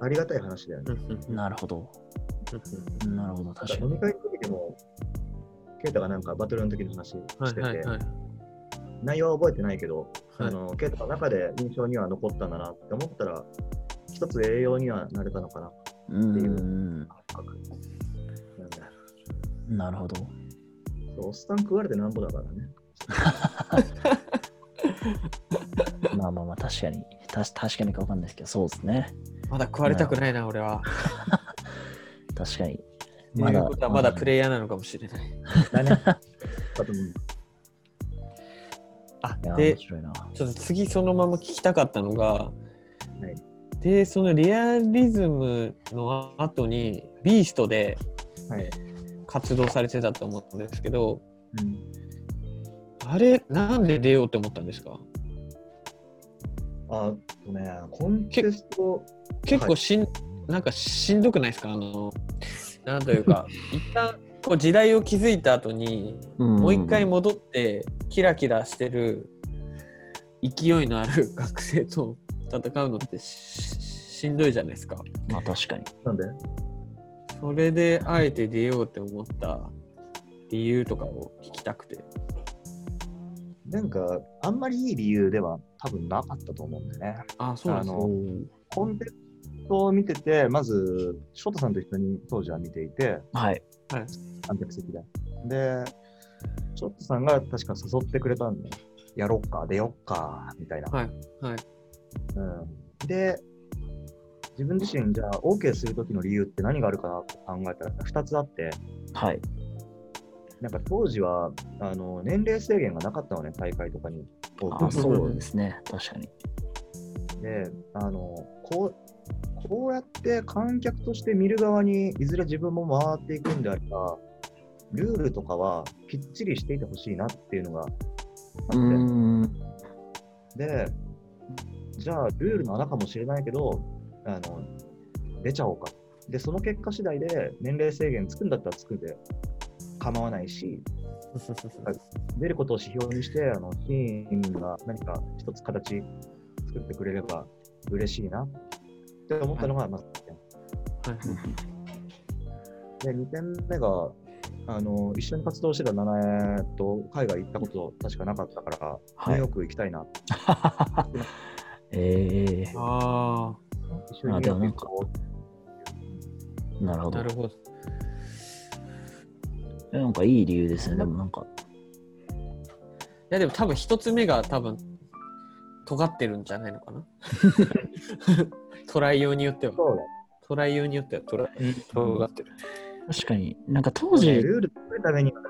D: ありがたい話だよね。
C: なるほどなるほど
D: だ
C: 確か
D: 飲み
C: に
D: 会の時でもケイタがなんかバトルの時の話してて、
B: はいはいはい。
D: 内容は覚えてないけど、
B: はい
D: あのケイタの中で印象には残ったんだなって思ったら、一つ栄養にはなれたのかな。
C: うーん
D: なんだ
C: なるほど
D: そうおっさん食われてなんぼだからね。
C: まあまあまあ確かにたし確かにかわかんないですけどそうですね
B: まだ食われたくないな、俺は。
C: 確かに
B: まだ。ことはまだプ
C: イ
B: レイヤーなのかもしれない。<laughs>
D: だね。あとも
B: あ
C: いや、面
B: で、
C: 白いな。
B: ちょっと次そのまま聞きたかったのが、
D: い
B: でそのリアリズムの後にビーストで
D: うはい。
B: 活動されてたと思うんですけど
D: うん
B: あれなんで出ようって思ったんですか
D: あとね、コンテスト、
B: 結構しん、なんかしんどくないですかあのなんという <laughs> か一旦こう時代を築いた後にも
C: も
B: う一回戻ってキラキラしてる勢いのある <laughs> 学生と戦うのってししんどいじゃないですか。
C: まあ確かに。
D: なんで
B: それであえて出ようって思った理由とかを聞きたくて。
D: なんか、あんまりいい理由では多分なかったと思うんだよね。
B: あ、そうなん
D: あのコンテストを見てて、まず、翔太さんと一緒に当時は見ていて、
C: はい。
D: 観客席で。で、ショットさんが確か誘ってくれたんで、やろっか、出よっか、みたいな。
B: はいはい
D: うん、で、自分自身、じゃあ、OK するときの理由って何があるかなって考えたら、2つあって、
C: はい。
D: なんか当時はあの年齢制限がなかったのね、大会とかに。
C: あそうですね。確かに。
D: であのこう、こうやって観客として見る側にいずれ自分も回っていくんであれば、ルールとかはきっちりしていてほしいなっていうのがあって。
C: ん。
D: で、じゃあ、ルールの穴かもしれないけど、あの出ちゃおうかで、その結果次第で年齢制限つくんだったらつくで構わないし、出ることを指標にして、あのチームが何か一つ形作ってくれれば嬉しいなって思ったのが、まず1点。で、2点目が、あの一緒に活動してた七重と海外行ったこと確かなかったから、
C: はい
D: ニューヨーク行きたいな、
C: ええ
B: あ
D: 一緒にニューヨーク行こう
C: なるほ
B: あ、
C: ど
B: な。るほど。
C: えなんかいい理由ですね。でもなんか、
B: いやでも多分一つ目が多分尖ってるんじゃないのかな <laughs> トライ用によっては
D: そう
B: トライ用によってはトライ尖ってる
C: 確かに、なんか当
D: だ
C: 時、
D: ねルール作るためにはそ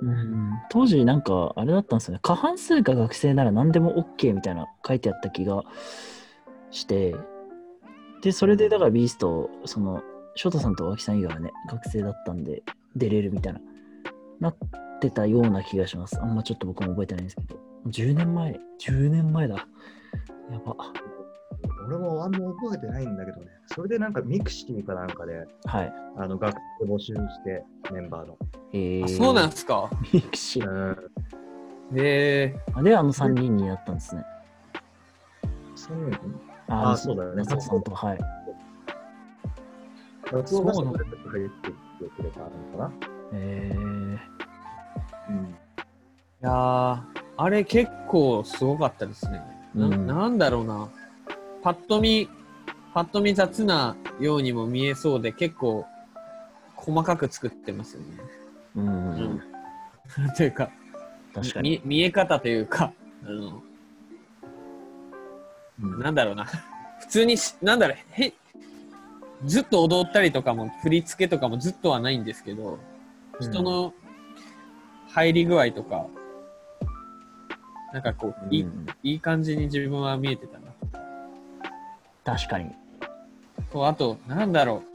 D: う
C: うん当時なんかあれだったんですよね過半数が学生なら何でも OK みたいな書いてあった気がしてでそれでだからビーストその翔太さんと脇さん以外はね学生だったんで出れるみたいななってたような気がしますあんまちょっと僕も覚えてないんですけど10年前10年前だやば
D: 俺もあんま覚えてないんだけどね、それでなんかミクシーかなんかで、
C: はい
D: あの学生募集して、メンバーの。
C: えー、
B: あそうなん
C: す
B: ですか
C: ミクシー
D: うん、
B: へえ
C: あ <laughs> であの3人になったんですね
D: そういうの
C: あ
D: あそうだよね
C: 松尾さんとはい
D: 夏をがそれで入ってきてくれたのかな。
C: えー、
D: うん、
B: いやーあれ結構すごかったですねな,、
C: うん
B: ん、なんだろうなパッと見パッと見雑なようにも見えそうで結構細かく作ってますよね、
C: うんうん
B: <laughs>
C: うん、
B: うん、というか
C: 確かに
B: み見え方というか、あの、なんだろうな。 <laughs> 普通にし、なんだろう、へ、ずっと踊ったりとかも、振り付けとかもずっとはないんですけど、人の入り具合とか、なんかこう、いい
C: うん
B: いい感じに自分は見えてたな。
C: 確かに。
B: と、あと、なんだろう、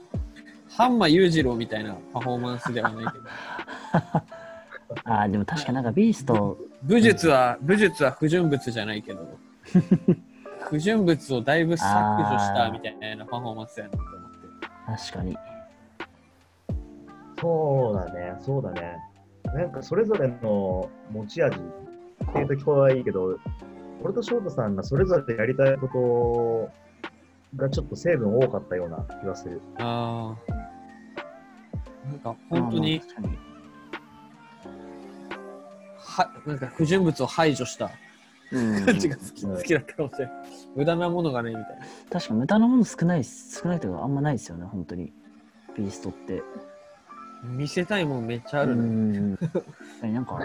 B: ハンマ裕次郎みたいなパフォーマンスではないけど、
C: ああ、でも確かなんかビースト、
B: 武術は、武術は不純物じゃないけど、不純物をだいぶ削除したみたいなパフォーマンスやなと思って。
C: 確かに。
D: そうだね、そうだね。なんかそれぞれの持ち味っていうと聞こえはいいけど、俺と翔太さんがそれぞれやりたいことがちょっと成分多かったような気がする。
B: ああ。なんか本当に
C: あー。確かに
B: は、なんか不純物を排除した <laughs>
C: うん
B: 感じが好き,、
D: うん
B: 好きだったかもしれない。無駄なものがね、みたいな。
C: 確かに無駄なもの少ないっす、少ないというかあんまないですよね、本当に。ビーストって。
B: 見せたいもんめっちゃ
C: あ
B: あるね。
C: 確かになんか、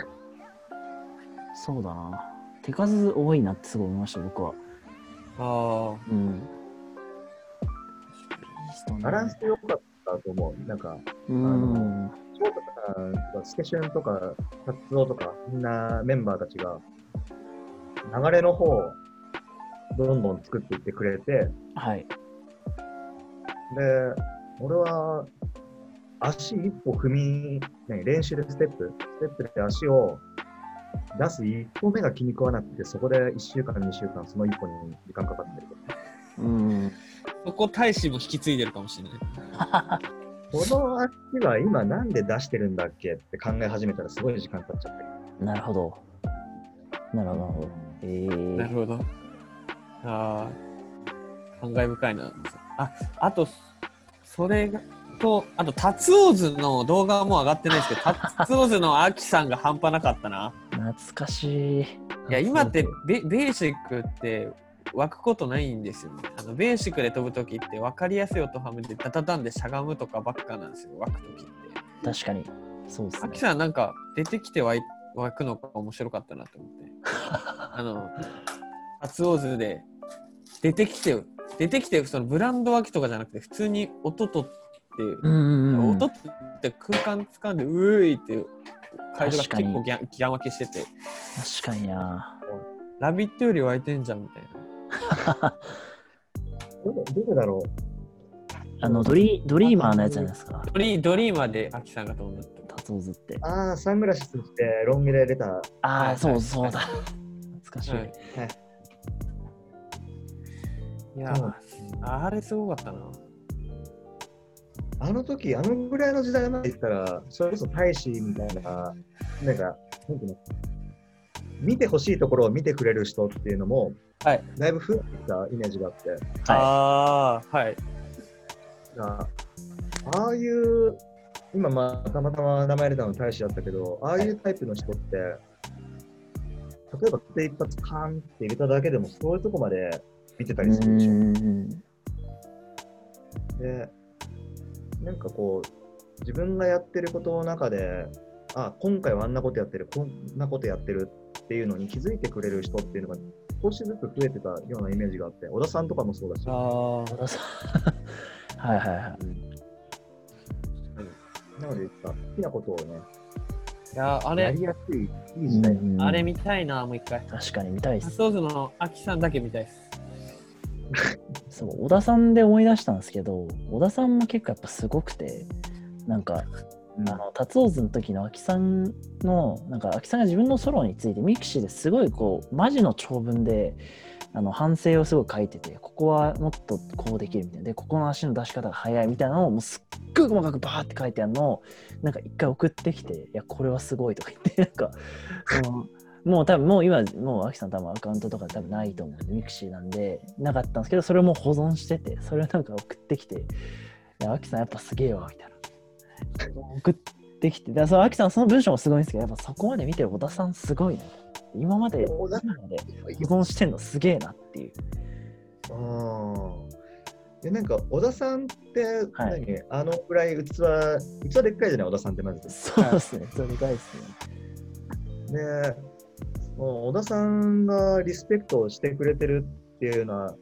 C: そうだな。手数多いなってすごい思いました、僕は。
B: あ
C: うん。ビーストね
D: バランス良かったと思う。なんか、
C: うん。
D: 翔太さんとか、スケシュンとか、活動とか、みんなメンバーたちが、流れの方をどんどん作っていってくれて、
C: はい。
D: で、俺は、足一歩踏み、何練習でステップ、ステップで足を出す一歩目が気に食わなくて、そこで1週間、2週間、その一歩に時間かかってる。
C: うん。
B: あ。そこ大使も引き継いでるかもしれない。
D: この足は今なんで出してるんだっけって考え始めたらすごい時間経っちゃったり。
C: なるほど。なるほど、なるほど。えー。
B: なるほど。ああ。感慨深いな。あ、あと、それが、と、あと、タツオーズの動画はもう上がってないですけど、タツオーズのアキさんが半端なかったな。
C: 懐かしい。
B: いや今ってベベーシックって湧くことないんですよね。あのベーシックで飛ぶ時って分かりやすい音はめてダダダンでしゃがむとかばっかなんですよ湧く時って。
C: 確かに。そうです
B: あ
C: ね
B: き。さんなんか出てきて湧い湧くのが面白かったなと思って。あの初オーズで出てきて出てきてそのブランド湧きとかじゃなくて普通に音とって、
C: うんうんうん、
B: 音って空間掴んでうーいって会場が結構ギャンギャン分けしてて。
C: 確かにな。 <laughs>
B: ラビットより湧いてんじゃんみたいな。
D: どこどこだろう
C: あのドリ、ドリーマーのやつじゃないですか。
B: ドリドリーマーでアキさんが飛んだって。
C: タツオズって。
D: ああ、サングラスしてロン毛で出た。は
C: あ
B: は
C: あ、
B: い
C: そ
B: は
C: う
B: い
C: そうだ。懐かしい。
B: はいいやー、あれすごかったな。
D: あの時、あのぐらいの時代まで言ったら、それこそ大使みたいな、なんか、なんていうの見てほしいところを見てくれる人っていうのも、
B: はい
D: だいぶ増えてきたイメージがあって、
C: は
B: ああ、はい。
D: あああいう、今、まあ、たまたま名前出たの大使だったけど、ああいうタイプの人って、例えば手一発カーンって入れただけでも、そういうとこまで見てた
C: い。
D: りするでしょ。
C: ん。
D: で、なんかこう、自分がやってることの中で、あ、今回はあんなことやってる、こんなことやってるっていうのに気づいてくれる人っていうのが少しずつ増えてたようなイメージがあって、小田さんとかもそうだし、
B: あ
C: 小田さんはいはいはい。
D: なので好きなことをね、
B: いやー、あ
D: や
B: れ、
D: りやすい、いい時代。
C: うん
B: あれ見たいな、もう一回。
C: 確かに見たいで
B: ア
C: す。
B: ソーズのアキさんだけ見たいです。
C: そう、小田さんで思い出したんですけど、小田さんも結構やっぱすごくて、なんか、
D: うん
C: あの、達夫図の時の秋さんの、なんか、秋さんが自分のソロについて、ミクシーですごい、こう、マジの長文で、あの、反省をすごい書いてて、ここはもっとこうできるみたいな、で、ここの足の出し方が早いみたいなのを、もうすっごい細かくバーって書いてあるのを、なんか一回送ってきて、いや、これはすごいとか言って、なん <laughs> か、その、もう多分もう今、もう秋さん多分アカウントとか多分ないと思うんで、ミクシーなんで、なかったんですけど、それをもう保存してて、それをなんか送ってきて、いや、秋さんやっぱすげえわ、みたいな。送ってきて、だからその秋さん、その文章もすごいんですけど、やっぱそこまで見てる小田さんすごいな。今まで、
D: 小田
C: 今まで保存してんのすげえなっていう。
D: あでなんか小田さんって何、
C: はい
D: あのくらい器器でっかいじゃない小田さんってまず
C: そうですね、それがいですね。
D: で、もう小田さんがリスペクトをしてくれてるっていうのは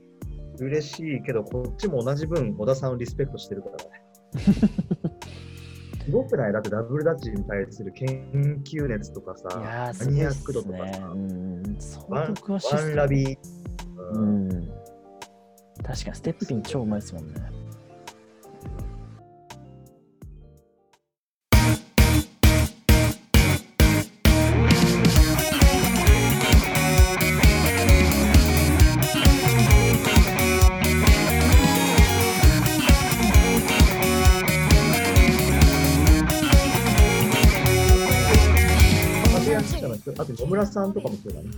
D: 嬉しいけど、こっちも同じ分、小田さんをリスペクトしてるからね。
C: <laughs>
D: すごくないだってダブルダッチに対する研究熱とかさ、
C: いやー、
D: マ
C: すごい
D: ニア
C: っ
D: ック度
C: す
D: とか
C: ね。
D: さ
C: う、ん、相
D: ワ
C: 当
D: ン
C: 詳しいっ
D: ワ
C: すね
D: ンラビー、
C: う
D: うん
C: ん。確かに、ステップピン超うまいですもんね。
D: マニアックな人あと野村さんとかもそうだね。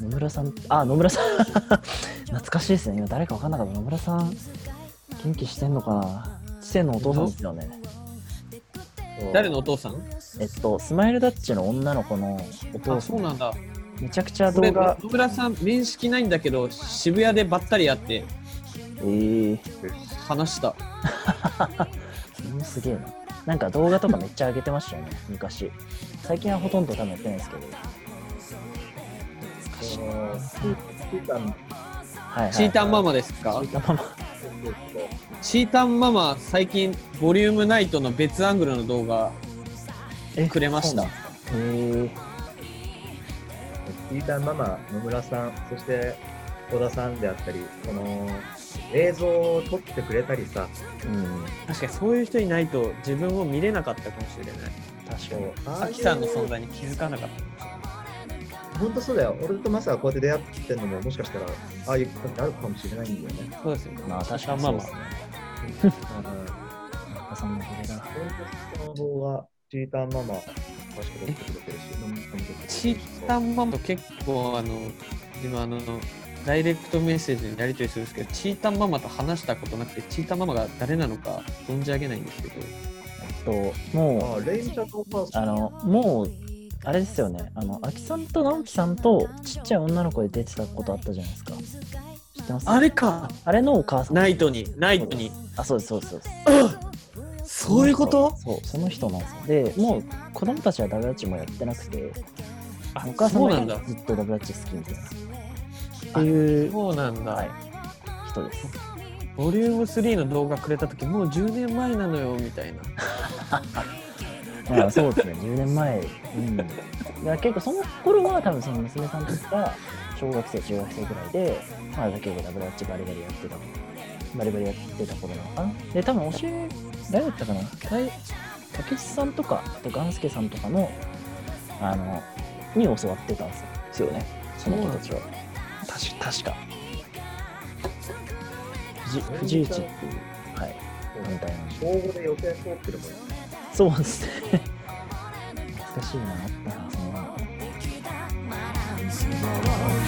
C: 野村さん、あ、野村さん。 <laughs> 懐かしいですね。今誰か分かんなかった。野村さん、元気してんのかな知性のお父さんですよね。
D: そう
B: 誰のお父さん
C: えっと、スマイルダッチの女の子のお
B: あ、
C: 父さ。
B: そうんなんだ。
C: めちゃくちゃ動
B: 俺、
C: 画
B: 野。村さん、面識ないんだけど、渋谷でばったり会って
C: えー、
B: 話した。
C: それもすげえな。なんか動画とかめっちゃ上げてましたよね、昔。最近はほとんど多分やってないですけど。懐かしい。はい、はい。
B: チータンママですか
C: チータンママ。
B: チータンママ、最近、ボリュームナイトの別アングルの動画
C: え
B: くれまし
C: そう
B: た
C: なん。へえ。
D: ピーターママ、野村さん、そして小田さんであったり、この映像を撮ってくれたりさ、
C: うん。
B: 確かにそういう人いないと自分を見れなかったかもしれない。
C: 確か
D: そう
C: に。
D: あ
B: ア
D: あいう
B: キさんの存在に気づかなかっ
D: 本当そうだよ。俺とマサがこうやって出会ってんのも、もしかしたら、ああいうことってあるかもしれないんだよね。
B: た。そうですよね。
C: まあ確か
B: ま
C: にそ
B: あ
C: うで
B: ます
C: ね。
D: うん
C: お母さんのおかげだな。
D: 本当その動画、チーターママ、詳しく撮ってくれてるし、飲み込んでくれてるし
B: チータンママと結構あの今あのダイレクトメッセージにやり取りするんですけどチータンママと話したことなくてチータンママが誰なのか存じ上げないんですけど
C: と、も
D: ああ、レイミちゃんのお母
C: う、
D: さん。
C: あの、もう、あれですよね。あの、アキさんと直樹さんと、ちっちゃい女の子で出てたことあったじゃないですか。知ってます
B: あれか
C: あれのお母さん。
B: ナイトにナイトに
C: あ、そうです、そうです、そうです。
B: そういうこと
C: そう、その人なんですよ。で、もう、子供たちはダブルダッチもやってなくて、
B: あ
C: お母さん
B: そうな
C: だ
B: んだ
C: けずっとダブルダッチ好きみたいな。っていう、
B: そうなんだ、
C: はい、人です。
B: ボリューム3の動画くれた時もう10年前なのよみたいな
C: まあそうですね、10年前。うん、だから結構その頃は多分その娘さんたちが小学生、中学生ぐらいで、まあ、だけどダブルダッチバリバリやってた。バリバリやってた頃なのかな。で、多分教え、誰だったかな大竹内さんとか、あとガンスケさんとかの、あの、に教わってたんですよね、その子たちは。確確か。藤藤内っていう、はい。みたいな。
D: 小5で予選通ってればいい。
C: そうですね。 <laughs> 難しいな、あったな、その。
E: 「